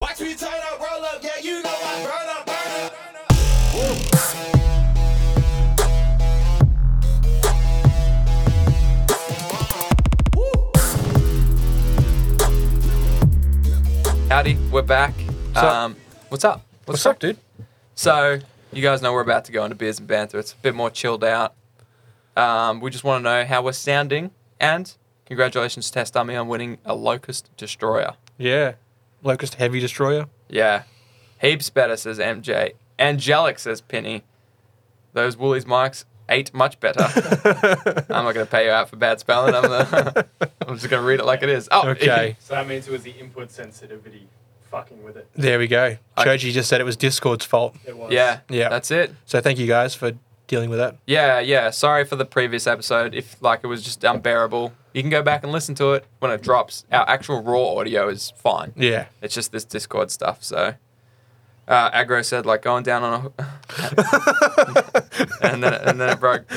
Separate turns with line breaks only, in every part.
Watch me turn up, roll up, yeah, you know I burn up, burn up, burn up.
Howdy, we're back.
up?
um, what's up?
What's up, dude?
So, you guys know we're about to go into beers and banter. It's a bit more chilled out. Um, we just want to know how we're sounding, and congratulations, Test Dummy, on winning a Locust Destroyer.
Yeah. Locust Heavy Destroyer.
Yeah, heaps better, says MJ. Angelic says Penny. Those Woolies mics ain't much better. I'm not gonna pay you out for bad spelling. I'm, the, I'm just gonna read it like it is. Oh,
Okay.
So that means it was the input sensitivity fucking with it.
There we go.
I-
Choji just said it was Discord's fault.
It was.
Yeah,
Yeah.
That's it.
So thank you guys for dealing with that.
Yeah, yeah. Sorry for the previous episode. If like it was just unbearable, you can go back and listen to it when it drops. Our actual raw audio is fine.
Yeah.
It's just this Discord stuff. So, uh, aggro said like going down on a, and then and then it broke.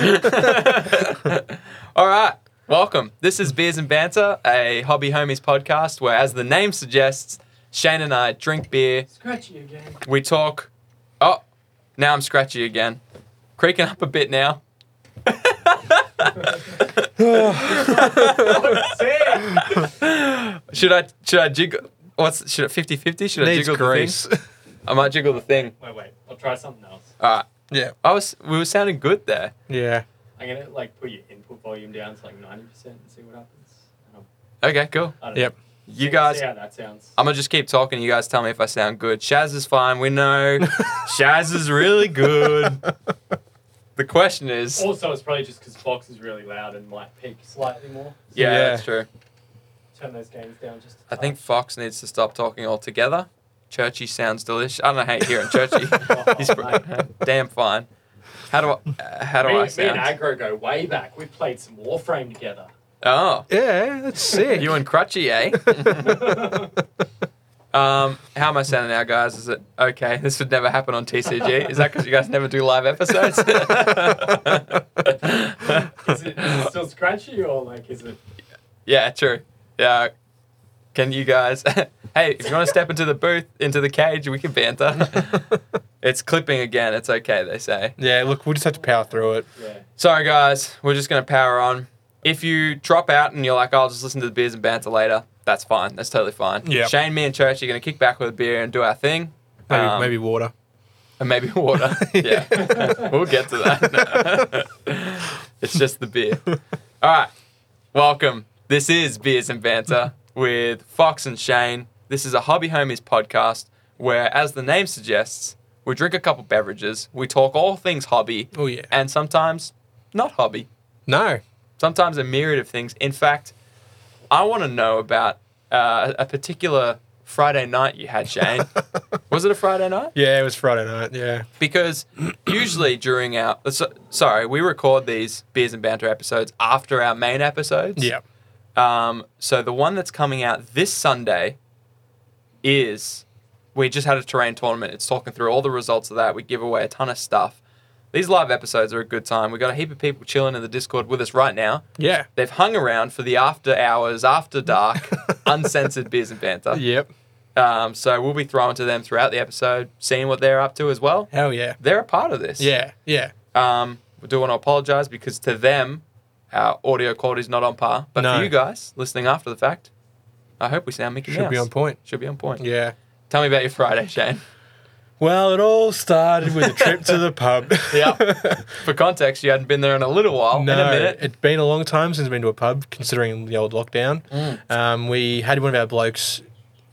All right, welcome. This is Beers and Banter, a hobby homies podcast where, as the name suggests, Shane and I drink beer,
Scratchy again.
we talk. Oh, now I'm scratchy again, creaking up a bit now. Should I should I jiggle? What's should it 50-50? Should I
Needs
jiggle
grace.
the thing? I might jiggle the thing.
wait, wait. I'll try something else.
All right.
yeah.
I was we were sounding good there.
Yeah.
I'm gonna like put your input volume down to like 90% and see what happens. I don't-
Okay, cool.
I don't
Yep.
Know.
You
See-
guys,
See how that sounds.
I'm gonna just keep talking. You guys tell me if I sound good. Shaz is fine. We know Shaz is really good. The question is,
also, it's probably just because Fox is really loud and might peak slightly more. So
yeah,
Yeah.
that's true.
turn those gains down just. a
I think
touch.
Fox needs to stop talking altogether. Churchy sounds delicious. I don't hate hearing Churchy. He's pr- damn fine. How do I? uh, how do
me,
I
me and
sound?
Agro go way back. We played some Warframe together.
Oh,
Yeah, that's sick.
you and Crutchy, eh? Um, how am I sounding now, guys? Is it okay? This would never happen on TCG. Is that because you guys never do live episodes?
Is it, is it still scratchy or like is it?
yeah, true. Yeah. Can you guys? hey, if you want to step into the booth, into the cage, we can banter. it's clipping again. It's okay, they say.
yeah, look, we'll just have to power through it.
Yeah.
Sorry, guys. We're just going to power on. If you drop out and you're like, "Oh, I'll just listen to the beers and banter later, that's fine. That's totally fine.
Yeah.
Shane, me, and Church are going to kick back with a beer and do our thing.
Maybe,
Um,
maybe water.
And maybe water. yeah. we'll get to that. it's just the beer. All right. Welcome. This is Beers and Banter with Fox and Shane. This is a Hobby Homies podcast where, as the name suggests, we drink a couple beverages, we talk all things hobby,
Oh, yeah.
and sometimes not hobby,
No.
sometimes a myriad of things. In fact, I want to know about uh, a particular Friday night you had, Shane. Was it a Friday night?
Yeah, it was Friday night. Yeah.
because usually during our so, sorry we record these beers and banter episodes after our main episodes
Yeah.
um, so the one that's coming out this sunday is we just had a terrain tournament it's talking through all the results of that we give away a ton of stuff these live episodes are a good time we got a heap of people chilling in the discord with us right now
Yeah.
they've hung around for the after hours after dark uncensored beers and banter
Yep.
um, so we'll be throwing to them throughout the episode seeing what they're up to as well
Hell yeah.
they're a part of this
Yeah. Yeah.
um, we do want to apologise because to them, our audio quality is not on par. But
No.
for you guys listening after the fact, I hope we sound Mickey
Should be
Mouse.
on point.
Should be on point.
Yeah.
Tell me about your Friday, Shane.
Well, it all started with a trip to the pub.
Yep. For context, you hadn't been there in a little while.
No,
in a minute.
it's been a long time since I've been to a pub, considering the old lockdown. Um, we had one of our blokes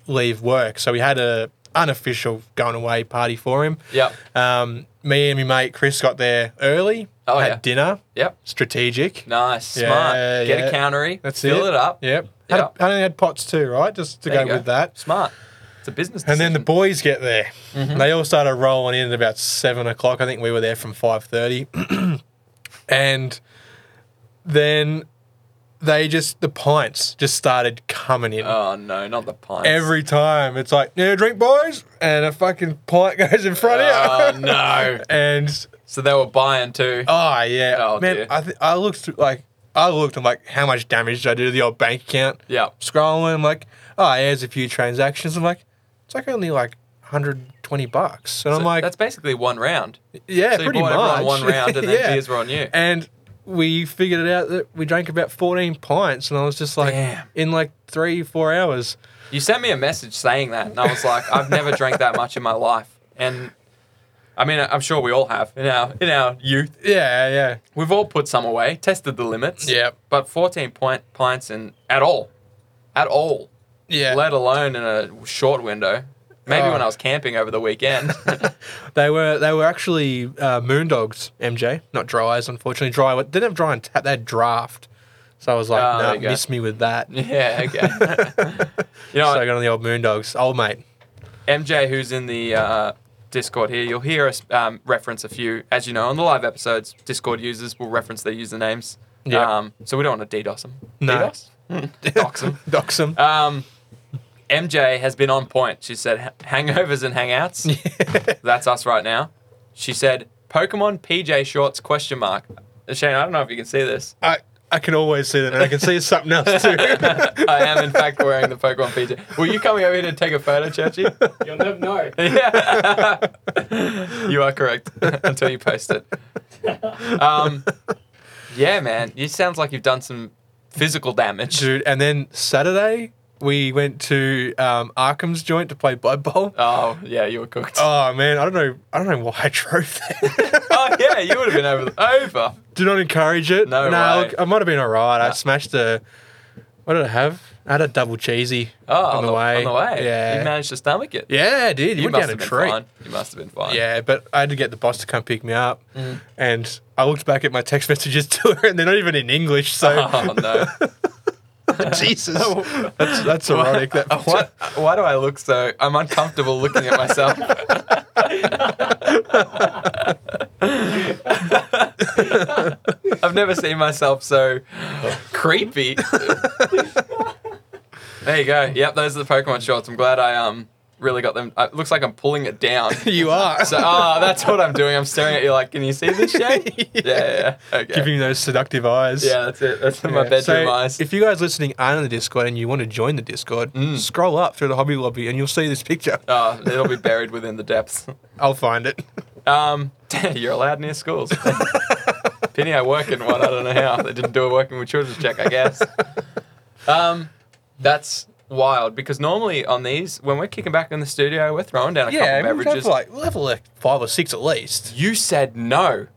leave work, so we had a unofficial going away party for him.
Yep.
Um, me and my mate Chris got there early.
Oh,
had
yeah.
dinner.
Yep.
Strategic.
Nice.
Yeah,
smart. Get
yeah.
a countery.
That's
fill it.
it.
up.
Yep. Had a-
Yep.
I only had pots too, right? Just to
There you
go, with that.
Smart. It's a business.
And then the
decision.
boys get there.
Mm-hmm.
They all started rolling in at about seven o'clock. I think we were there from five thirty, and then they just the pints just started coming in
Oh no, not the pints.
every time. It's like, yeah, drink, boys, and a fucking pint goes in front
Oh
of you.
no.
And
So they were buying too.
oh yeah,
Oh,
man,
dear.
I th- I looked through, like I looked. I'm like, how much damage did I do to the old bank account?
Yep.
Scrolling, I'm like, oh, yeah, there's a few transactions. I'm like, it's like only like 120 bucks. And
So
I'm like,
that's basically one round.
yeah,
so you
pretty
bought
much.
everyone one round, and then
Yeah.
beers were on you.
And we figured it out that we drank about 14 pints, and I was just like,
Damn.
in like three, four hours.
You sent me a message saying that, and I was like, I've never drank that much in my life. And I mean, I'm sure we all have in our in our youth.
Yeah, yeah.
We've all put some away, tested the limits.
Yep.
But 14 pint, pints and at all, at all,
Yeah.
let alone in a short window. Maybe
Oh.
when I was camping over the weekend.
They were they were actually uh, moondogs, MJ, not dries. Unfortunately, dry didn't have dry and tap. They had draft, so I was like,
Oh,
no,
there you go.
miss me with that.
yeah, okay. you know,
so I got on the old moondogs, old mate.
MJ, who's in the uh, Discord here, you'll hear us um, reference a few. As you know, on the live episodes, Discord users will reference their usernames.
Yeah.
Um, so we don't want to DDoS them.
No.
DDoS? Hmm. Dox them.
Dox 'em.
Um, MJ has been on point. She said "Ha- hangovers and hangouts. That's us right now. She said Pokemon PJ shorts question mark. Uh, Shane, I don't know if you can see this.
I I can always see them, and I can see something else too.
I am in fact wearing the Pokemon PJ. Were you coming over here to take a photo, Churchy?
You'll never know.
Yeah. you are correct until you post it. Um, yeah, man. You sounds like you've done some physical damage.
dude. And then Saturday we went to um, Arkham's joint to play Blood Bowl.
Oh, yeah, you were cooked. Oh,
Oh man, I don't know. I don't know why I drove there.
yeah, you would have been over. over.
Do not encourage it.
No
Nah,
way.
look, I might have been alright. I smashed a. What did I have? I had a double cheesy
Oh,
on, the, way.
On the way. You
Yeah.
managed to stomach it.
yeah, I did.
You
You, went
must
down a
have been
tree.
fine. You must have been fine. Mm.
Yeah, but I had to get the boss to come pick me up, and I looked back at my text messages to her, and they're not even in English. So
Oh no.
Jesus, that's that's ironic. That
What? Why do I look so? I'm uncomfortable looking at myself. I've never seen myself so creepy. there you go. Yep, those are the Pokemon shorts. I'm glad I um really got them. uh, It looks like I'm pulling it down.
you are
So, ah, that's what I'm doing. I'm staring at you like, can you see this shade? yeah, yeah, yeah. Okay.
giving you those seductive eyes.
yeah, that's it. That's my
Yeah.
bedroom
So,
eyes.
If you guys listening aren't in the Discord and you want to join the Discord, scroll up through the Hobby Lobby and you'll see this picture.
oh, it'll be buried within the depths.
I'll find it.
Um, you're allowed near schools. Penny, I work in one. I don't know how they didn't do a working with children's check. I guess. Um, that's wild because normally on these, when we're kicking back in the studio, we're throwing down a
yeah,
couple
we'll have
beverages.
like we'll have like five or six at least.
you said no.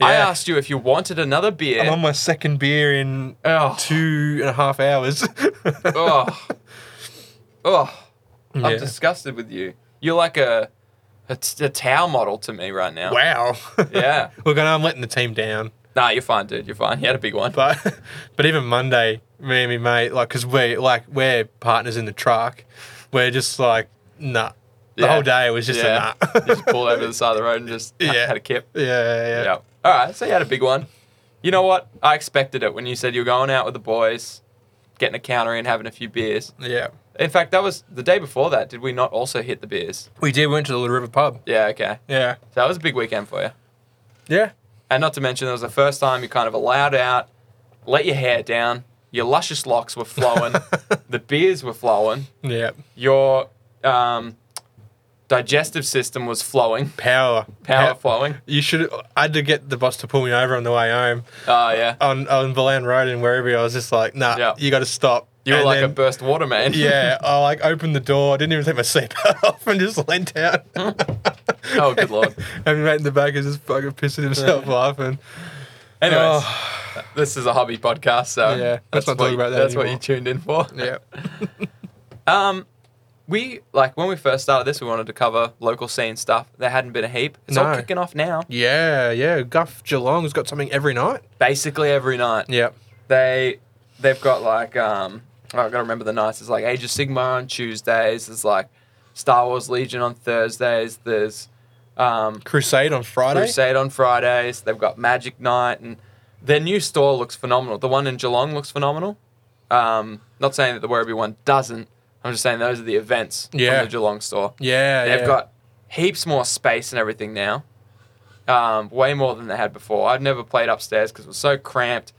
I
Yeah.
asked you if you wanted another beer.
I'm on my second beer in
oh,
two and a half hours.
oh, oh!
Yeah.
I'm disgusted with you. You're like a a, t- a towel model to me right now.
wow.
Yeah.
Look, I know I'm letting the team down,
Nah, you're fine, dude. You're fine. You had a big one.
but but even Monday, me and me mate, like, cause we like we're partners in the truck. We're just like nah. The
Yeah.
whole day was just
yeah.
a nah.
just pulled over to the side of the road and just
Yeah.
had a kip.
yeah, yeah,
Yeah. All right. So you had a big one. You know what? I expected it when you said you were going out with the boys, getting a counter in, having a few beers.
yeah, yeah.
In fact, that was the day before that. Did we not also hit the beers?
We did. We went to the Little River Pub.
Yeah. Okay.
Yeah,
So that was a big weekend for you.
yeah.
And not to mention, it was the first time you kind of allowed out, let your hair down. Your luscious locks were flowing. the beers were flowing.
Yeah.
Your um, digestive system was flowing.
Power.
Power
Pow-
flowing.
You should. I had to get the boss to pull me over on the way home
Oh, yeah.
on on Valan Road and wherever. I was just like, nah,
Yeah.
you got to stop.
You were
And
like a
then-
burst water man.
yeah, I like opened the door. Didn't even take my seatbelt off and just leant out.
oh, good lord.
and mate in the back is just fucking pissing himself laughing.
Anyways,
Oh,
this is a hobby podcast, so
Yeah,
that's,
let's not
what,
talk about that
that's what
anymore.
you tuned in for.
yeah.
Um, we like when we first started this, we wanted to cover local scene stuff. There hadn't been a heap. It's all
No.
kicking off now.
Yeah, yeah. Guff Geelong's got something every night.
Basically every night.
Yeah.
They they've got like um oh, I gotta remember the nights. It's like Age of Sigma on Tuesdays, there's like Star Wars Legion on Thursdays, there's um
Crusade on Friday.
Crusade on Fridays, they've got Magic Night and their new store looks phenomenal. The one in Geelong looks phenomenal. Um, not saying that the Werribee one doesn't. I'm just saying those are the events
Yeah.
from the Geelong store.
Yeah,
They've
yeah.
got heaps more space and everything now. Um, way more than they had before. I've never played upstairs because it was so cramped.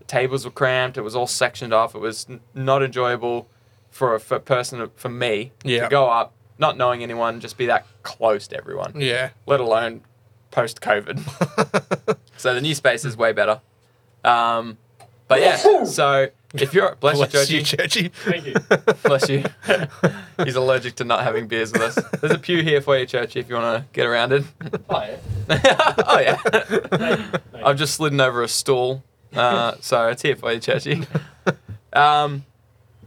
The tables were cramped. It was all sectioned off. It was n- not enjoyable for a for a person for me
Yeah.
to go up, not knowing anyone, just be that close to everyone,
Yeah.
let alone post COVID. so the new space is way better. Um, but yeah, so if you're bless,
Bless
you, Georgie.
you, Churchy.
Thank you.
Bless you. He's allergic to not having beers with us. There's a pew here for you, Churchy, if you want to get around it.
Hi.
oh, yeah.
Thank you. Thank
I've just slidden over a stool. Uh, so it's here for you, Churchy. Um,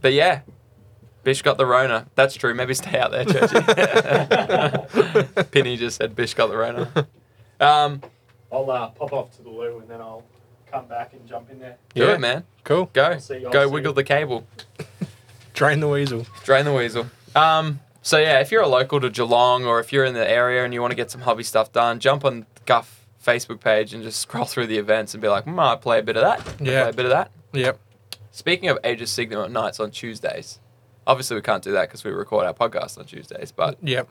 but yeah, Bish got the Rona. That's true. Maybe stay out there, Churchy. Penny just said Bish got the Rona. Um,
I'll uh, pop off to the loo and then I'll come back and jump in there.
do
Yeah.
it, man.
Cool.
Go.
See you, I'll
Go
see
wiggle
you.
the cable.
Drain the weasel.
Drain the weasel. Um, so yeah, if you're a local to Geelong or if you're in the area and you want to get some hobby stuff done, jump on Guff Facebook page and just scroll through the events and be like, hmm, I play a bit of that. I
Yeah.
Play a bit of that.
Yep.
Speaking of Age of Sigma nights on Tuesdays, obviously we can't do that because we record our podcast on Tuesdays, but
Yep.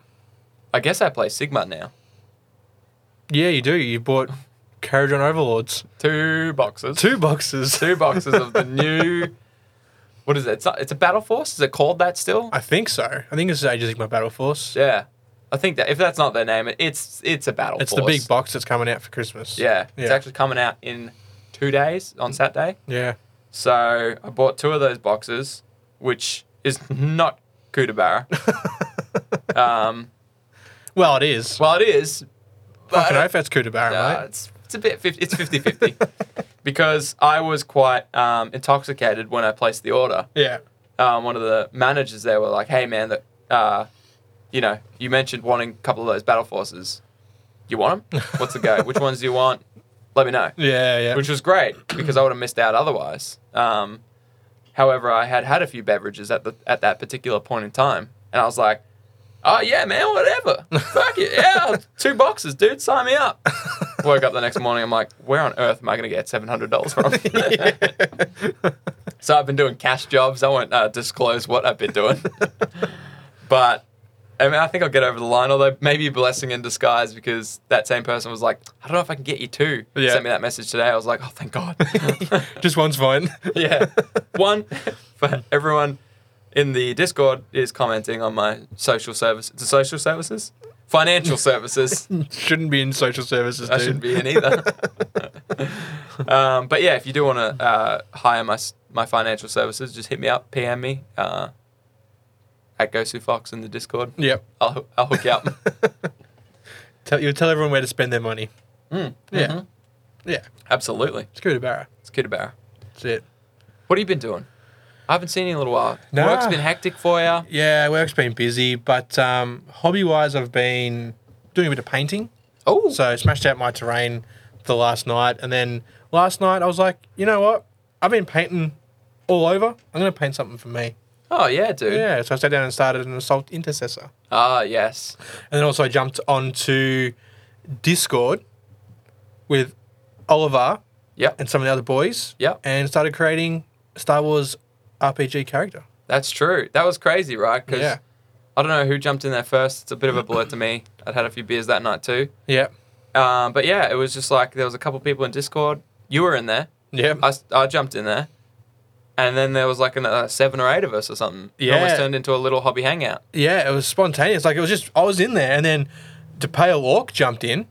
I guess I play Sigma now.
Yeah, you do. You bought Carriage on Overlords.
Two boxes.
Two boxes.
Two boxes of the new. What is it? It's a, it's a Battle Force? Is it called that still?
I think so. I think this is Age of Sigmar Battle Force.
yeah. I think that if that's not their name, it- it's it's a Battle
It's
Force.
the big box that's coming out for Christmas.
Yeah,
Yeah.
it's actually coming out in two days on Saturday.
Yeah.
So I bought two of those boxes, which is not Kootaburra. um,
Uh, Well, it is.
well, it is.
I don't know
But
if that's Kootaburra,
uh,
mate.
it's it's a bit fif- it's 50-50. because I was quite um, intoxicated when I placed the order.
Yeah.
Um, one of the managers there were like, "Hey, man, that uh, you know, you mentioned wanting a couple of those battle forces. You want them? What's the go? Which ones do you want? Let me know."
Yeah, yeah.
which was great because I would have missed out otherwise. Um, however, I had had a few beverages at the at that particular point in time, and I was like, "Oh yeah, man, whatever, fuck it, yeah, two boxes, dude, sign me up." Woke up the next morning, I'm like, "Where on earth am I going to get seven hundred dollars from?" so I've been doing cash jobs. I won't uh, disclose what I've been doing, but. I mean, I think I'll get over the line, although maybe a blessing in disguise because that same person was like, I don't know if I can get you two.
Yeah.
Sent me that message today. I was like, oh, thank God.
Just one's fine.
yeah. One, but everyone in the Discord is commenting on my social service. It's social services? Financial services.
Shouldn't be in social services,
I
dude.
shouldn't be in either. um, but yeah, if you do want to uh, hire my s- my financial services, just hit me up, PM me uh, at GoSuFox in the Discord.
Yep.
I'll, hoo- I'll hook you up.
Tell, you'll tell everyone where to spend their money.
Mm,
Yeah.
mhm.
Yeah.
Absolutely.
It's Kootaburra.
It's Kootaburra.
That's it.
What have you been doing? I haven't seen you in a little while.
Nah.
Work's been hectic for you.
Yeah, work's been busy, but um, hobby wise, I've been doing a bit of painting.
Oh,
So I smashed out my terrain the last night, and then last night I was like, you know what? I've been painting all over. I'm gonna paint something for me.
oh yeah, dude.
Yeah, so I sat down and started an assault intercessor,
Ah, yes.
and then also I jumped onto Discord with Oliver
Yep,
and some of the other boys.
Yep.
and started creating Star Wars RPG character.
that's true. That was crazy, right? 'Cause
Yeah,
I don't know who jumped in there first. It's a bit of a blur to me. I'd had a few beers that night too.
yeah,
Um, but yeah, it was just like there was a couple people in Discord. You were in there.
yeah.
I, s- I jumped in there. And then there was like an, uh, seven or eight of us or something. It almost
Yeah.
turned into a little hobby hangout.
Yeah, it was spontaneous. Like it was just I was in there, and then DePail Orc jumped in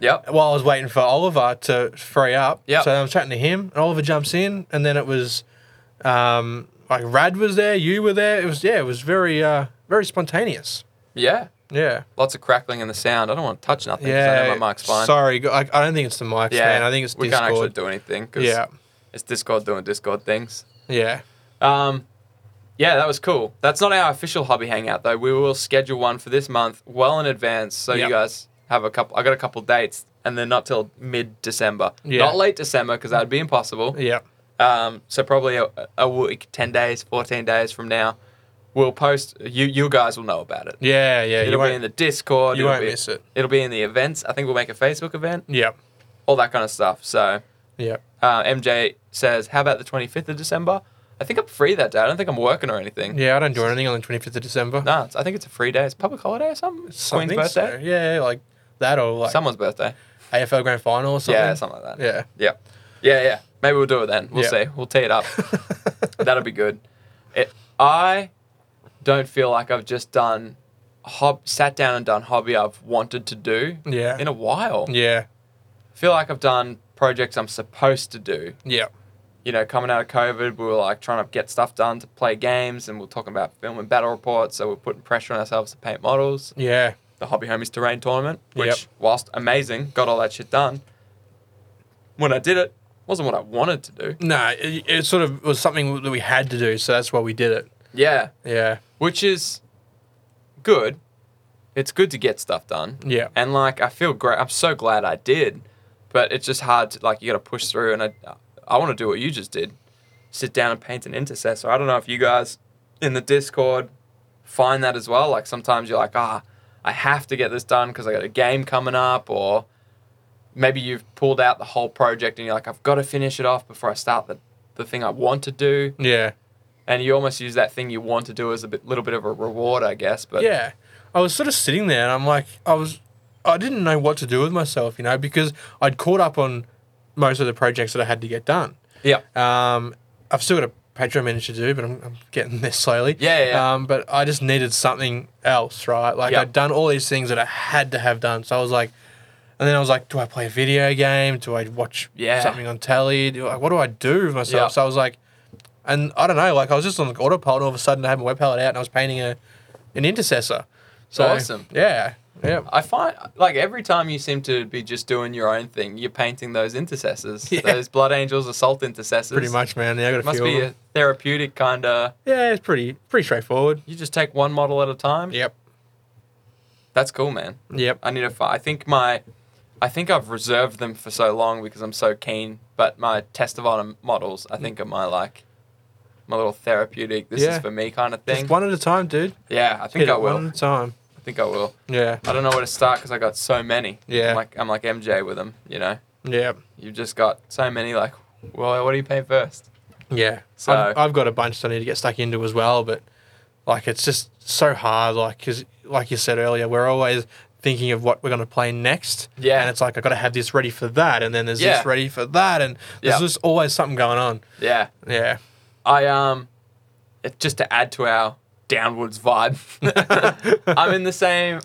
Yep.
while I was waiting for Oliver to free up.
Yep.
So I was chatting to him, and Oliver jumps in, and then it was, um, like Rad was there, you were there. It was yeah, it was very uh, very spontaneous.
Yeah.
Yeah,
Lots of crackling in the sound. I don't want to touch nothing 'cause
yeah.
I know my mic's fine.
Sorry, go- I, I don't think it's the mics,
yeah.
man. I think it's
we can't actually
Discord.
do anything 'cause
Yeah,
it's Discord doing Discord things.
yeah,
Um, yeah, that was cool. That's not our official hobby hangout though. We will schedule one for this month well in advance, so
Yep.
you guys have a couple. I got a couple dates, and they're not till mid December,
Yeah.
not late December because that'd be impossible.
yeah,
Um, so probably a, a week, ten days, fourteen days from now, we'll post. You you guys will know about it.
yeah, yeah.
It'll
you
be in
won't,
the Discord.
you
it'll
won't
be-
miss it.
It'll be in the events. I think we'll make a Facebook event,
Yeah,
all that kind of stuff. So
yeah.
uh, MJ says, "How about the twenty fifth of December? I think I'm free that day. I don't think I'm working or anything.
Yeah, I don't do anything on the 25th of December.
No, it's, I think it's a free day. It's a public holiday or something. It's
Something,
Queen's birthday.
so, yeah, like that or like
Someone's birthday.
AFL Grand Final or something.
Yeah, something like that.
Yeah.
Yeah. Yeah, yeah. Maybe we'll do it then. We'll see.
Yeah.
We'll tee it up. That'll be good. It, I don't feel like I've just done hob- sat down and done hobby I've wanted to do
Yeah.
in a while.
Yeah.
I feel like I've done projects I'm supposed to do.
Yeah.
You know, coming out of COVID, we were like trying to get stuff done to play games, and we we're talking about film and battle reports. So we're putting pressure on ourselves to paint models.
Yeah.
the Hobby Homies Terrain Tournament, which,
Yep.
whilst amazing, got all that shit done. When I did it, wasn't what I wanted to do.
No, it, it sort of was something that we had to do, so that's why we did it.
Yeah,
Yeah.
which is good. It's good to get stuff done.
Yeah.
And like, I feel great. I'm so glad I did, but it's just hard to like. You got to push through, and I, I want to do what you just did, sit down and paint an intercessor. I don't know if you guys in the Discord find that as well. Like sometimes you're like, ah, I have to get this done because I got a game coming up, or maybe you've pulled out the whole project and you're like, I've got to finish it off before I start the the thing I want to do.
Yeah.
And you almost use that thing you want to do as a bit, little bit of a reward, I guess. But
yeah. I was sort of sitting there and I'm like, I was, I didn't know what to do with myself, you know, because I'd caught up on most of the projects that I had to get done.
yeah,
Um, I've still got a Patreon manager to do, but I'm, I'm getting there slowly.
Yeah, yeah, yeah.
Um, but I just needed something else, right? Like
Yeah.
I'd done all these things that I had to have done. So I was like, and then I was like, do I play a video game? Do I watch
Yeah.
something on telly? Do I, what do I do with myself?
Yeah.
So I was like, and I don't know, like I was just on the autopilot. All of a sudden, I had my web palette out and I was painting a an intercessor. So
Awesome.
Yeah. Yeah.
I find like every time you seem to be just doing your own thing, you're painting those intercessors,
Yeah.
those blood angels, assault intercessors.
Pretty much, man. Yeah, I got a
Must
few.
be
of
a
them.
therapeutic kind of.
Yeah, it's pretty pretty straightforward.
You just take one model at a time.
Yep.
That's cool, man.
Yep.
I need to. Fi- I think my, I think I've reserved them for so long because I'm so keen. But my test of honor models, I think, are my like, my little therapeutic. This
Yeah.
is for me kind of thing.
Just one at a time, dude.
yeah, I think
Hit
I
it One
will.
at a time.
I think I will.
Yeah,
I don't know where to start because I got so many.
Yeah.
I'm like I'm like MJ with them, you know.
yeah,
You've just got so many. Like, well, what do you pay first?
yeah.
So-
I've, I've got a bunch that I need to get stuck into as well, but like it's just so hard. Like, 'cause like you said earlier, we're always thinking of what we're going to play next.
Yeah.
and it's like I got to have this ready for that, and then there's
Yeah.
this ready for that, and there's
Yeah.
just always something going on.
Yeah.
Yeah,
I um, it, just to add to our downwards vibe, I'm in the same.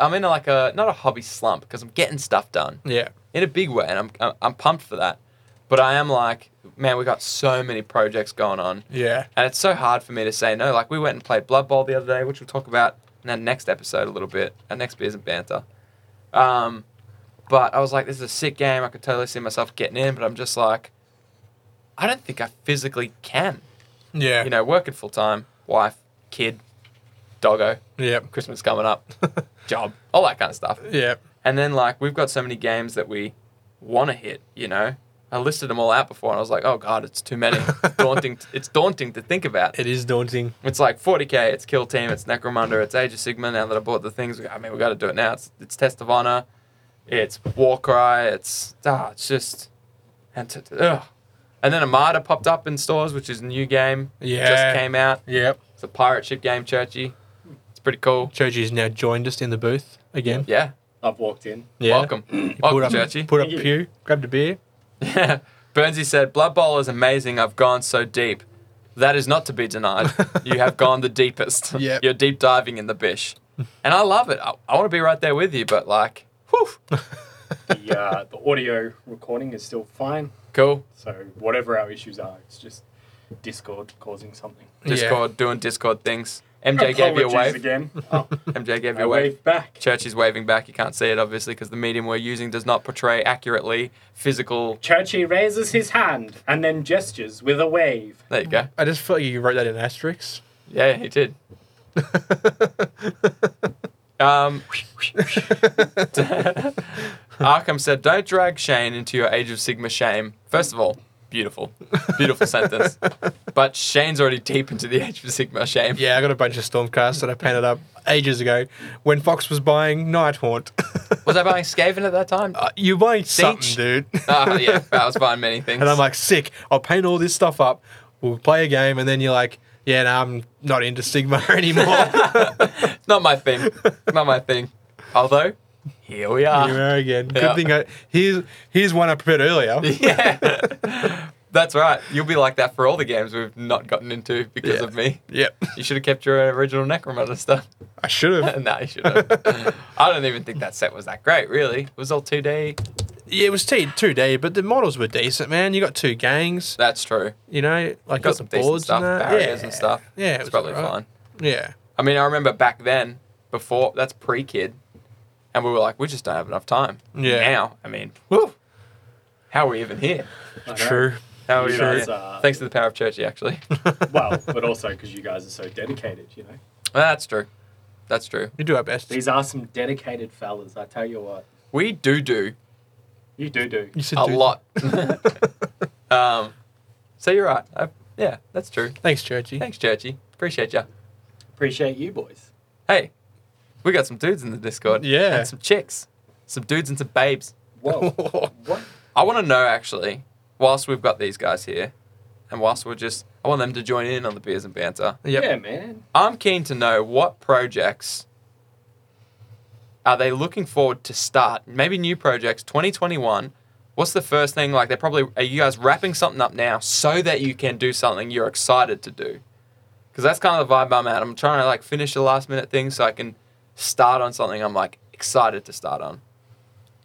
I'm in like a not a hobby slump because I'm getting stuff done
yeah,
in a big way, and I'm I'm- I'm pumped for that. But I am like, man, we got so many projects going on,
yeah,
and it's so hard for me to say no. Like we went and played Blood Bowl the other day, which we'll talk about in our next episode a little bit. Our next beers and banter. Um, but I was like, this is a sick game. I could totally see myself getting in, but I'm just like, I don't think I physically can
yeah.
you know, working full time, wife, kid, doggo,
Yep.
Christmas coming up, job, all that kind of stuff.
Yep.
And then like we've got so many games that we want to hit, you know. I listed them all out before, and I was like, "Oh God, it's too many. It's daunting. it's daunting to think about.
It is daunting.
It's like 40k. It's Kill Team. It's Necromunda. It's Age of Sigma. Now that I bought the things, I mean, we got to do it now. It's, it's Test of Honor. It's Warcry. It's ah, it's just and t- t- ugh. and then Armada popped up in stores, which is a new game.
Yeah.
just came out.
Yep.
It's a pirate ship game, Churchy. It's pretty cool.
Choji's now joined us in the booth again.
Yeah.
I've walked in.
Yeah.
Welcome.
Put
Welcome,
up,
Churchy.
put up
Thank you.
pew, grabbed a beer.
Yeah. Burnsy said, Blood Bowl is amazing. I've gone so deep. That is not to be denied. you have gone the deepest.
Yep.
You're deep diving in the bish. And I love it. I, I want to be right there with you, but like, whew.
The, uh, the audio recording is still fine.
Cool.
So whatever our issues are, it's just Discord causing something.
Discord, doing Discord things. MJ gave you a
Apologies
wave.
again. Oh,
MJ gave you
I
a wave.
wave back.
Churchy's waving back. You can't see it, obviously, because the medium we're using does not portray accurately physical.
Churchy raises his hand and then gestures with a wave.
There you go.
I just felt like you wrote that in asterisks.
Yeah, he did. um, Arkham said, "Don't drag Shane into your Age of Sigma shame." First of all, beautiful, beautiful sentence. But Shane's already deep into the Age of Sigma shame.
Yeah, I got a bunch of Stormcasts that I painted up ages ago when Fox was buying Night Haunt.
Was I buying Skaven at that time?
Uh, You're buying
Siege.
something, dude.
Ah, yeah, I was buying many things.
and I'm like, sick, I'll paint all this stuff up. We'll play a game. And then you're like, yeah, no, I'm not into Sigma anymore.
It's not my thing. It's not my thing. Although, here we
Here
are.
we are again. Good
Yeah.
thing I, here's, here's one I prepared earlier.
Yeah. That's right. You'll be like that for all the games we've not gotten into because
Yeah.
of me.
Yep.
You should have kept your original Necromunda stuff.
I should have.
nah, you should have. I don't even think that set was that great, really. It was all two D.
Yeah, it was T two D, but the models were decent, man. You got two gangs,
That's true.
you know, like
got
got,
some
the
decent
boards
stuff,
and that.
barriers
yeah.
and stuff.
Yeah, it
it's
was
probably
alright.
fine.
Yeah,
I mean, I remember back then, before that's pre-kid, and we were like, we just don't have enough time.
Yeah.
Now, I mean, whew, how are we even here?
I know.
true.
How are we
You
even
guys
here?
are-
Thanks to the power of Churchy, actually.
Well, but also because you guys are so dedicated, you know.
that's true. That's true.
We do our best.
These are some dedicated fellas, I tell you what.
We do do
You do do.
You said
a
do-
lot. um, so you're right. I, yeah, that's true.
Thanks, Churchy.
Thanks, Churchy. Appreciate ya.
Appreciate you boys.
Hey, we got some dudes in the Discord.
Yeah.
And some chicks. Some dudes and some babes.
Whoa. what?
I want to know, actually, whilst we've got these guys here, and whilst we're just, I want them to join in on the beers and banter.
Yep.
Yeah, man.
I'm keen to know what projects are they looking forward to start? Maybe new projects, 2021. What's the first thing? Like, they're probably, are you guys wrapping something up now so that you can do something you're excited to do? Because that's kind of the vibe I'm at. I'm trying to, like, finish the last minute thing so I can start on something I'm, like, excited to start on.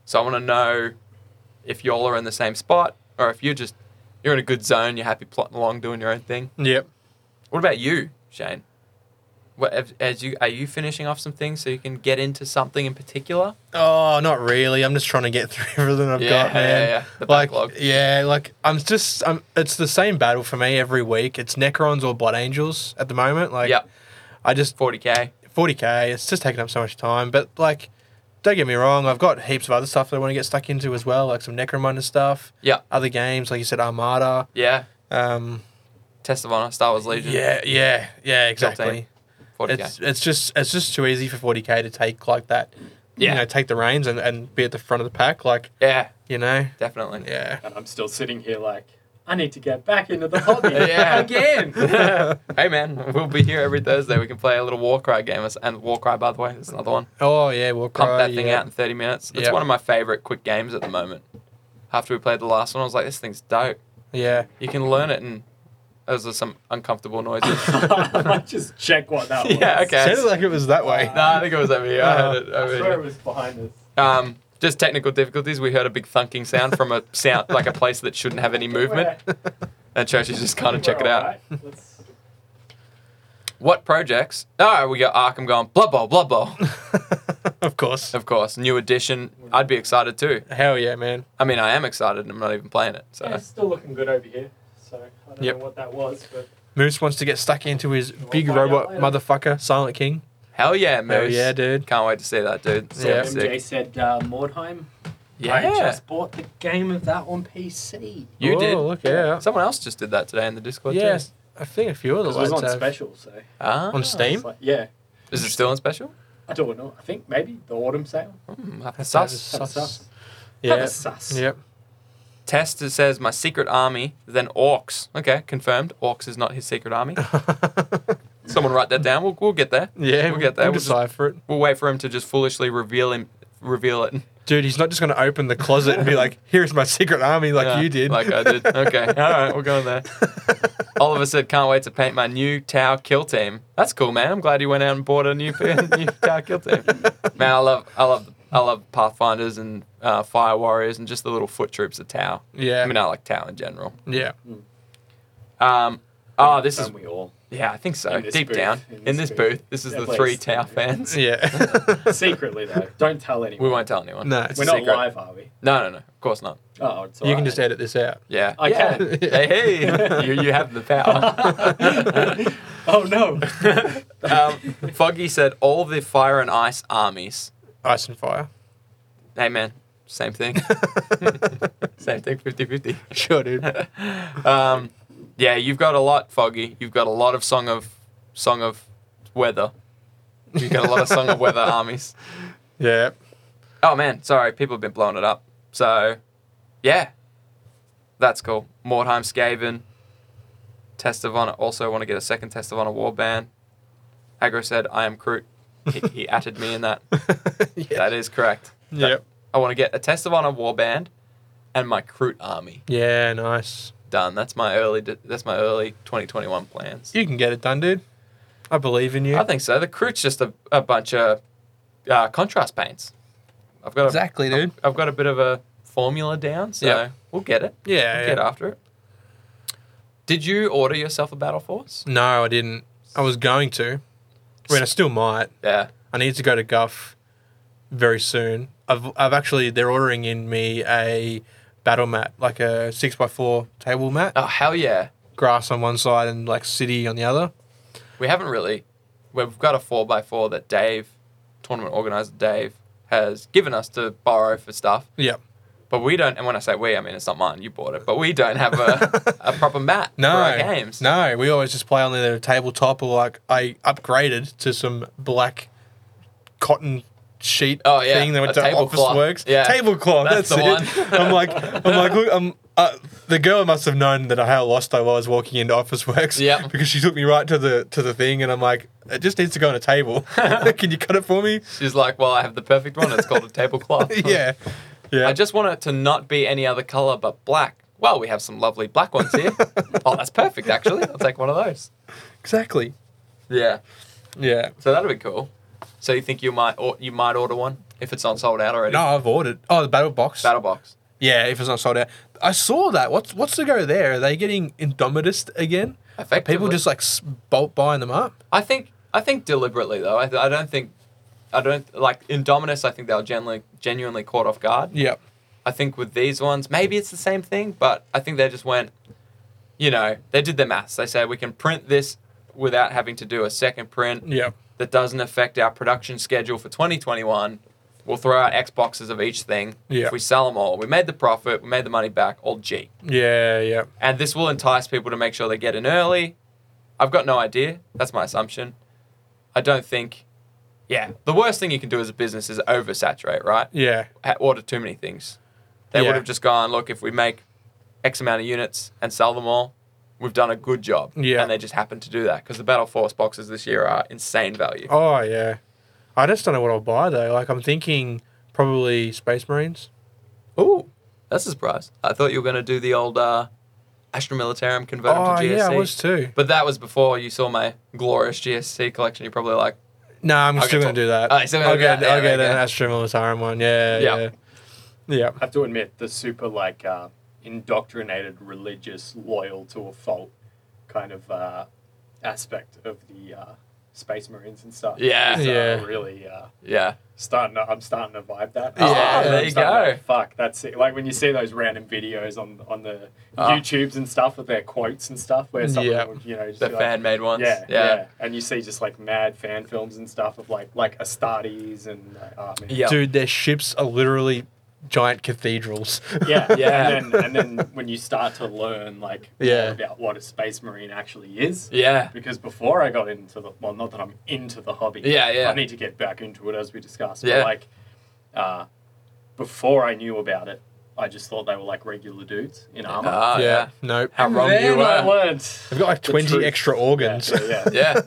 So I want to know if y'all are in the same spot or if you're just, you're in a good zone, you're happy plotting along, doing your own thing.
Yep.
What about you, Shane? What as- as you are you finishing off some things so you can get into something in particular?
Oh, not really. I'm just trying to get through everything I've
Yeah,
got,
yeah,
man.
yeah. The
like,
backlog.
yeah, like I'm just, I'm, it's the same battle for me every week. It's Necrons or Blood Angels at the moment. Like,
yep,
I just
40k.
40k. It's just taking up so much time. But like, don't get me wrong. I've got heaps of other stuff that I want to get stuck into as well, like some Necromunda stuff.
Yep,
Other games, like you said, Armada.
yeah.
Um,
Test of Honor, Star Wars Legion.
yeah, yeah, yeah,
Octane.
exactly.
40k.
It's it's just it's just too easy for 40k to take like that.
Yeah.
You know, take the reins and, and be at the front of the pack. Like,
yeah,
you know,
definitely.
yeah.
And I'm still sitting here like, I need to get back into the hobby
Yeah.
again.
hey man, we'll be here every Thursday. We can play a little Warcry game, It's- and Warcry, by the way, is another one.
Oh yeah, we'll
Pump
cry,
that thing
yeah.
out in 30 minutes. It's
Yeah.
one of my favorite quick games at the moment. After we played the last one, I was like, this thing's dope.
Yeah,
You can learn it, and those are some uncomfortable noises.
I might just check what that was.
Yeah, okay.
sounded like it was that way.
No, I think it was over here. I heard it
I
over
swear
here.
it was behind us.
Um, just technical difficulties. We heard a big thunking sound from a sound like a place that shouldn't have any movement,
We're-
and Churchy's just kind of check it
we're
out.
alright. Let's-
What projects? Oh, we got Arkham going. Blood Bowl, Blood Bowl,
of course.
of course. New edition. I'd be excited too.
Hell yeah, man.
I mean, I am excited. and I'm not even playing it. So
yeah, it's still looking good over here. So I don't
Yep.
know what that was, but
Moose wants to get stuck into his big
find out
robot
later.
motherfucker, Silent King.
hell yeah, Moose.
Hell yeah, dude.
Can't wait to see that, dude. It's
Yeah.
gonna be
MJ
sick.
said uh, Mordheim. I
Yeah,
just bought the game of that on PC.
you
Whoa,
did.
Oh, Look out.
Someone else just did that today in the Discord. too.
Yes, I think a few of the
It
lads
was on
uh,
have.
special, so
Ah,
On Steam?
It's like- yeah,
is it still on special?
I don't know. I think maybe the autumn sale.
Hmm, I have to
That's- that
sus.
is
Have a
Sus.
sus. Have a
Yeah.
sus.
Yep.
Test it says my secret army, then orcs. Okay, confirmed. Orcs is not his secret army. Someone write that down. We'll, we'll get there.
yeah,
we'll get there. We'll, just-
decipher it.
we'll wait for him to just foolishly reveal him, reveal it.
Dude, he's not just going to open the closet and be like, here's my secret army like
Yeah,
you did.
like I did. Okay, all right, we're going there. Oliver said, "Can't wait to paint my new Tau kill team." That's cool, man. I'm glad you went out and bought a new, new Tau kill team. Man, I love, I love, I love Pathfinders and uh, Fire Warriors and just the little foot troops of Tau.
Yeah.
I mean, uh, I like Tau in general.
yeah.
Um, oh, this is
Don't we all
Yeah, I think so.
In this
Deep
booth.
down in, this booth, this is
Yeah,
the
please.
three Tau fans.
Yeah.
secretly though. Don't tell anyone.
We won't tell anyone.
No, it's
a
We're not
secret.
live, are we?
No, no, no. Of course not.
Oh, it's
you can just edit this out.
Yeah.
I
yeah.
can.
hey, hey, you, you have the power.
alright. Uh, oh no.
um, Foggy said, "All the fire and ice armies."
Ice and fire.
Hey, man, same thing. same thing. 50-50.
Sure, dude.
Um, yeah, you've got a lot, Foggy. You've got a lot of song of song of weather. You've got a lot of song of weather armies.
Yeah.
Oh man, sorry, people have been blowing it up. So, yeah, that's cool. Mordheim Skaven, Test of Honor. Also, want to get a second Test of Honor war ban. Agro said, "I am Kroot." He, he atted me in that. That is correct.
Yep.
I want to get a Test of Honor war band and my Kroot army.
Yeah, nice.
done. That's my early. That's my early 2021 plans.
You can get it done, dude. I believe in you.
I think so. The crute's just a, a bunch of uh, contrast paints. I've got a,
Exactly, dude.
I've got a bit of a formula down, so
Yeah.
we'll get it.
Yeah,
we'll
yeah.
get after it. Did you order yourself a battle force?
No, I didn't. I was going to. I mean, I still might.
Yeah.
I need to go to Guff very soon. I've I've actually they're ordering in me a battle mat, like a six by four table mat,
Oh hell yeah!
grass on one side and like city on the other.
We haven't really. We've got a four x four that Dave, tournament organizer Dave, has given us to borrow for stuff.
Yeah.
But we don't, and when I say we, I mean it's not mine. You bought it, but we don't have a, a proper mat
No
for our games.
No, we always just play on either the tabletop or like I upgraded to some black cotton sheet
Oh, yeah,
thing that went
a
to
tablecloth.
Office Works.
Yeah.
Tablecloth,
That's
that's,
the
it. I'm like I'm like look I'm uh, the girl must have known that how lost I was walking into Office Works.
Yeah.
Because she took me right to the to the thing and I'm like, it just needs to go on a table. Can you cut it for me?
She's like, well, I have the perfect one. It's called a tablecloth.
yeah. Yeah.
I just want it to not be any other color but black. Well, we have some lovely black ones here. oh, that's perfect, actually. I'll take one of those.
exactly.
Yeah.
Yeah.
So that'll be cool. So you think you might or you might order one if it's not sold out already?
No, I've ordered. Oh, the battle box.
Battle box.
Yeah, if it's not sold out. I saw that. What's what's the go there? Are they getting Indomitus again? Are
Effectively.
people just like s- bolt buying them up?
I think I think deliberately though. I, th- I don't think I don't like Indominus. I think they were genuinely genuinely caught off guard.
Yep.
I think with these ones, maybe it's the same thing, but I think they just went, you know, they did their maths. They say we can print this without having to do a second print
Yep.
that doesn't affect our production schedule for 2021. We'll throw out X boxes of each thing.
Yeah.
If we sell them all, we made the profit, we made the money back, all G.
Yeah, yeah.
And this will entice people to make sure they get in early. I've got no idea. That's my assumption. I don't think, yeah, the worst thing you can do as a business is oversaturate, right?
Yeah.
ha- order too many things. They would
Yeah.
have just gone, look, if we make X amount of units and sell them all, we've done a good job.
Yeah.
And they just happened to do that because the Battle Force boxes this year are insane value.
Oh, yeah. I just don't know what I'll buy though. Like I'm thinking probably Space Marines.
Ooh, that's a surprise. I thought you were going to do the old uh, Astra Militarum convert them
Oh,
to GSC.
yeah, I was too.
But that was before you saw my glorious GSC collection. You're probably like,
No, I'm
Okay,
still gonna
so-
do that.
Oh, you're still gonna
I'll
do
get,
that?
I'll
Yeah,
get an
okay.
Astro Militarum one. Yeah,
Yeah.
yeah, yeah.
I have to admit, the super like uh, indoctrinated, religious, loyal to a fault kind of uh, aspect of the uh, Space Marines and stuff.
Yeah.
is, uh,
Yeah.
really. Uh,
yeah,
starting to, I'm starting to vibe that.
Yeah,
I'm
there you
starting to
go.
go, Fuck, that's it. Like when you see those random videos on on the
Ah.
YouTubes and stuff with their quotes and stuff, where someone
Yeah.
would, you know, just
the
be like,
fan made ones.
Yeah, yeah,
yeah.
and you see just like mad fan films and stuff of like like Astartes and like, oh man,
Yeah.
Dude, their ships are literally giant cathedrals.
yeah,
Yeah.
And then, and then when you start to learn like more
Yeah.
about what a space marine actually is,
Yeah.
because before I got into the well, not that I'm into the hobby.
Yeah, yeah.
I need to get back into it as we discussed.
Yeah.
But like, uh, before I knew about it, I just thought they were like regular dudes in armor.
Ah,
oh, yeah.
yeah.
Nope.
How wrong
then
you
I
were.
learned.
They've got like
the
20
truth.
extra
Yeah,
organs.
yeah, yeah.
Yeah.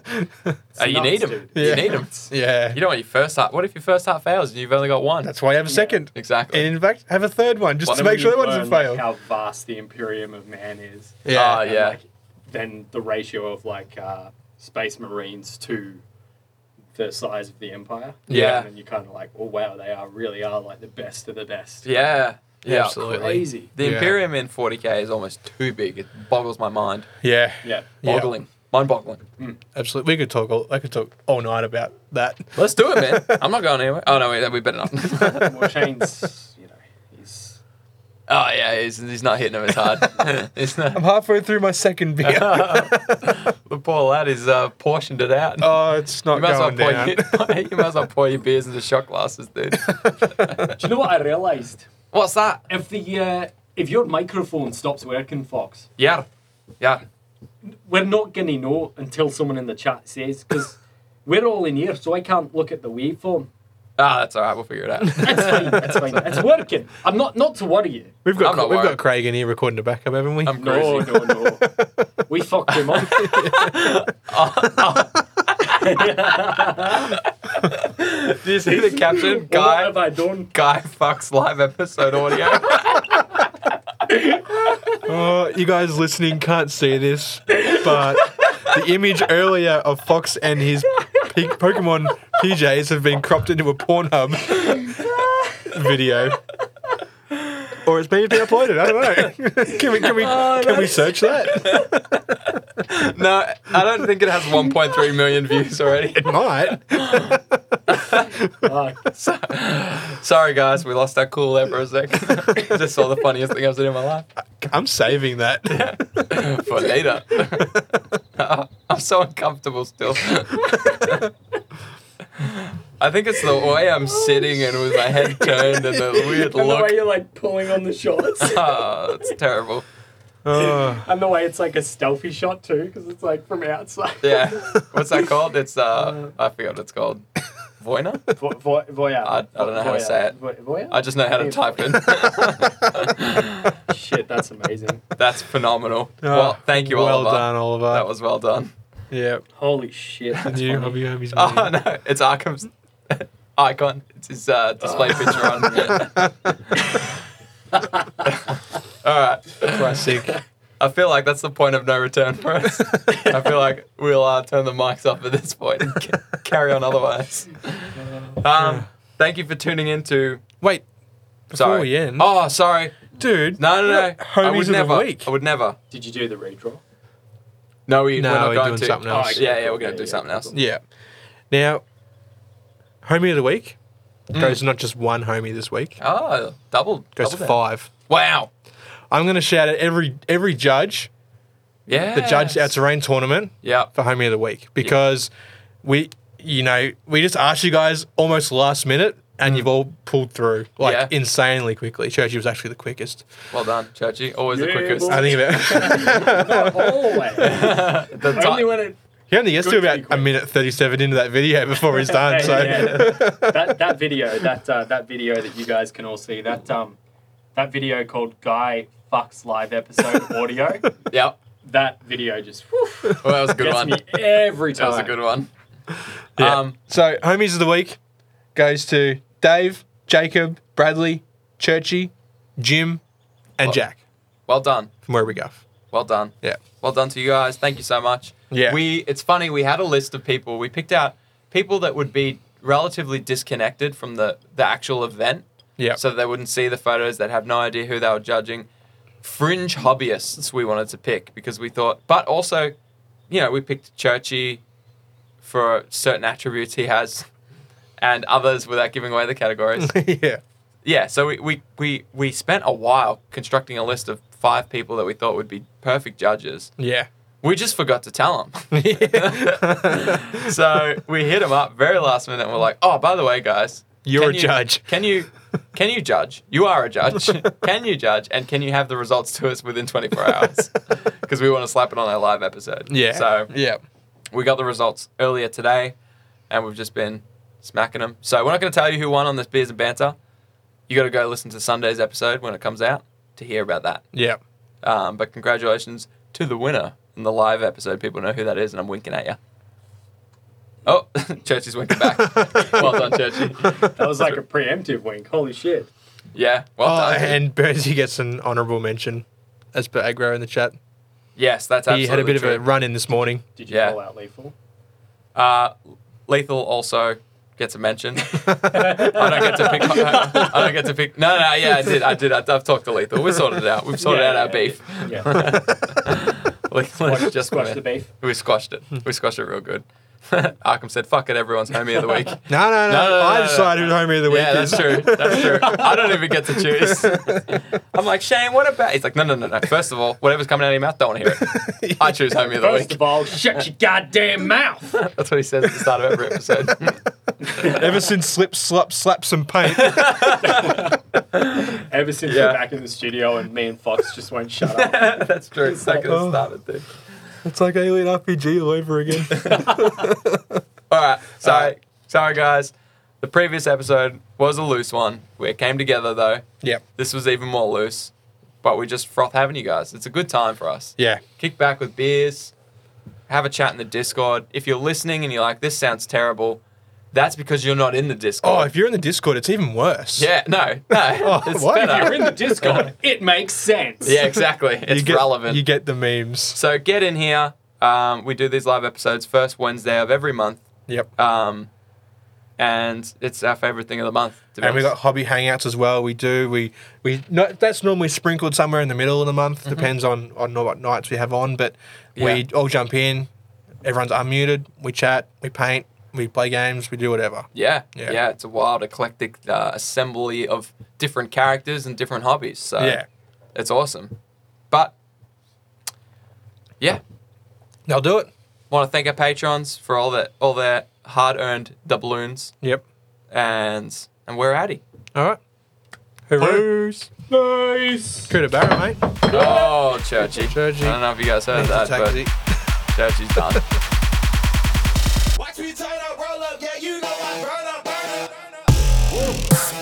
It's
Uh, you
nuts,
need 'em.
dude.
You
Yeah.
need 'em.
Yeah.
You don't want your first heart. What if your first heart fails and you've only got one?
That's why you have a
Yeah.
second.
exactly.
And in fact, have a third one just
Well,
to
Then
make sure that
when
one
you
doesn't
learn,
fail.
like, how vast the Imperium of Man is.
yeah.
Ah,
and,
yeah.
like, then the ratio of like uh, space marines to the size of the empire.
Yeah.
And then you kind of like, oh wow, they are really are like the best of the best.
yeah. Yeah.
Absolutely.
Crazy.
The
Yeah.
Imperium in 40k is almost too big. It boggles my mind.
yeah.
Yeah.
Yeah.
Boggling. Mind boggling.
Absolutely. We could talk all I could talk all night about that.
Let's do it, man. I'm not going anywhere. Oh, no, wait, we better not. oh,
Well, Shane's, you know, he's
yeah, he's, he's not hitting him as hard. He's
I'm
not-
halfway through my second beer.
the poor lad is uh, portioned it out.
oh, it's not
you, might as well
going
pour
down.
your, you might as well pour your beers into shot glasses, dude.
Do you know what I realized?
What's that?
If the uh, if your microphone stops working, Fox,
Yeah. Yeah.
we're not gonna know until someone in the chat says because we're all in here, so I can't look at the waveform.
Ah, that's all right. We'll figure it out.
It's fine. It's fine. It's working. I'm not not to worry you.
We've
I'm
got
not
we've
worried.
got Craig in here recording the backup, haven't we?
I'm
No,
crazy.
no, no. We fucked him up.
Do you see the caption?
What
Guy,
have I done?
guy fucks live episode audio.
Oh, you guys listening can't see this, but the image earlier of Fox and his P- Pokemon PJs have been cropped into a Pornhub video. Or it's been, been uploaded. I don't know. can we can we
Oh,
can we search that?
Oh, No, I don't think it has 1.3 million views already.
It might.
Fuck.
Sorry, guys, we lost our cool there for a second. Just saw the funniest thing I've seen in my life.
I'm saving that.
for later. I'm so uncomfortable still. I think it's the way I'm sitting and with my head turned and the weird
and the way
look.
you're like pulling on the shots.
Oh, it's terrible.
Oh,
and the way it's like a stealthy shot too, because it's like from outside.
Yeah. What's that called? It's uh, I forgot what it's called. Voiner?
Vo- vo- voyeur.
I- I don't know how to
Voyeur.
say it.
Vo- voyeur?
I just know how to type it.
Shit, that's amazing.
That's phenomenal. Well, thank you,
Ah, well
Oliver.
done, Oliver.
That was well done.
yeah.
Holy shit. That's
You,
funny.
you, you,
Oh no, it's Arkham's icon. It's his uh, display
Oh.
picture on. All right.
Classic.
I feel like that's the point of no return for us. I feel like we'll uh, turn the mics off at this point and ca- carry on otherwise. Um, thank you for tuning in to.
Wait, before
Sorry.
we end,
Oh, sorry.
dude.
No, no, no. I
Homies
would
of the
never.
week.
I would never.
Did you do the redraw?
No, we,
No,
we're not
we're
going
doing
to.
something
Oh,
else.
yeah, yeah, we're going to
Yeah,
do
yeah,
something else.
cool.
Yeah. Now, homie of the week
Mm.
goes to not just one homie this week.
Oh, double.
Goes
double
to
down.
five.
Wow.
I'm going to shout out every every judge,
Yeah.
the judge at Terrain tournament
Yeah.
for homie of the week because we, you know, we just asked you guys almost last minute
Mm.
and you've all pulled through like
Yeah.
insanely quickly. Churchy was actually the quickest.
Well done, Churchy. Always the
Yeah,
quickest.
boy.
I think about.
Not always.
The ti-
Only when it.
he only gets
Good
to
to
about
be
a
quick.
minute thirty-seven into that video before he's done.
Hey,
so.
yeah. that that video that uh, that video that you guys can all see that um that video called Guy Fucks Live episode audio
yeah.
that video just whew,
Well, that was a good
gets
one.
me every
That
time.
was a good one.
Yeah.
Um,
So, homies of the week goes to Dave, Jacob, Bradley, Churchy, Jim, and
Oh.
Jack
well done.
from where we go.
Well done.
Yeah.
Well done to you guys. Thank you so much.
Yeah.
We it's funny, we had a list of people. We picked out people that would be relatively disconnected from the, the actual event.
Yeah.
So they wouldn't see the photos, they'd have no idea who they were judging. Fringe hobbyists we wanted to pick because we thought but also, you know, we picked Churchy for certain attributes he has and others without giving away the categories.
yeah.
yeah, so we, we, we, we spent a while constructing a list of five people that we thought would be perfect judges.
Yeah.
We just forgot to tell them. so we hit them up very last minute and we're like, oh, by the way, guys.
You're
can
a
you-
judge."
Can you can you judge? You are a judge. can you judge? And can you have the results to us within 24 hours? Because we want to slap it on our live episode.
Yeah.
So
yeah.
we got the results earlier today, and we've just been smacking them. So we're not going to tell you who won on this beers and banter. You got to go listen to Sunday's episode when it comes out to hear about that.
Yeah.
Um, but congratulations to the winner in the live episode. People know who that is, and I'm winking at you. Oh, Churchy's winking back. well done, Churchy.
That was like a preemptive wink. Holy shit.
Yeah, well
Oh,
done.
and Bernsey gets an honourable mention as per aggro in the chat.
yes, that's
He
absolutely
had a bit of a
true.
run in this morning.
Did you
Yeah.
call out lethal?
Uh, Lethal also gets a mention. I don't get to pick. I don't get to pick. No, no, yeah, I did. I did. I, I've talked to Lethal. We sorted it out. We've sorted
Yeah,
out our
yeah,
beef.
Yeah.
Lethal has just
Squash
come
the
in.
beef.
We squashed it. We squashed it real good. Arkham said, "Fuck it, everyone's homie of the week."
No, no,
No, no,
no.
no,
I
no, no.
decided who homie of the week
Yeah,
is.
that's true. That's true. I don't even get to choose. I'm like, Shane, what about? He's like, no, no, no, no. First of all, whatever's coming out of your mouth, don't want to hear it. I choose homie of the
First
week.
of all, shut your goddamn mouth.
That's what he says at the start of every episode.
Ever since Slip, Slop, Slap some paint.
Ever since
Yeah.
we're back in the studio and me and Fox just won't shut up.
that's true. It's like at the start of thing.
it's like Alien RPG all over again.
All right. Sorry. Sorry, guys. The previous episode was a loose one. We came together, though.
yeah.
This was even more loose. But we just froth having you guys. It's a good time for us.
Yeah.
Kick back with beers. Have a chat in the Discord. If you're listening and you're like, this sounds terrible, That's because you're not in the
Oh,
Discord.
if you're in the Discord, it's even worse.
yeah, no, no.
Oh,
it's
why?
better.
You're in the Discord. it makes sense.
yeah, exactly. It's
you get,
relevant.
You get the memes.
so get in here. Um, we do these live episodes first Wednesday of every month.
Yep.
Um, and it's our favorite thing of the month. To be
and we got
honest.
hobby hangouts as well. We do. We we no, that's normally sprinkled somewhere in the middle of the month. Depends on on what nights we have on, but we
Yeah.
all jump in. Everyone's unmuted. We chat. We paint. We play games. We do whatever.
yeah,
Yeah.
yeah, It's a wild, eclectic uh, assembly of different characters and different hobbies. So
Yeah.
it's awesome. But yeah,
They'll do it.
want to thank our patrons for all their all their hard-earned doubloons,
Yep.
and and we're outie.
All right. Hooroo.
Bruce.
Nice.
Coup de barrel, mate.
Oh, Churchy.
Churchy.
I don't know if you guys heard that,
Taxi.
but Churchy's done.
Watch me turn up, roll up, yeah, you know I burn up, burn up, burn up. Woo.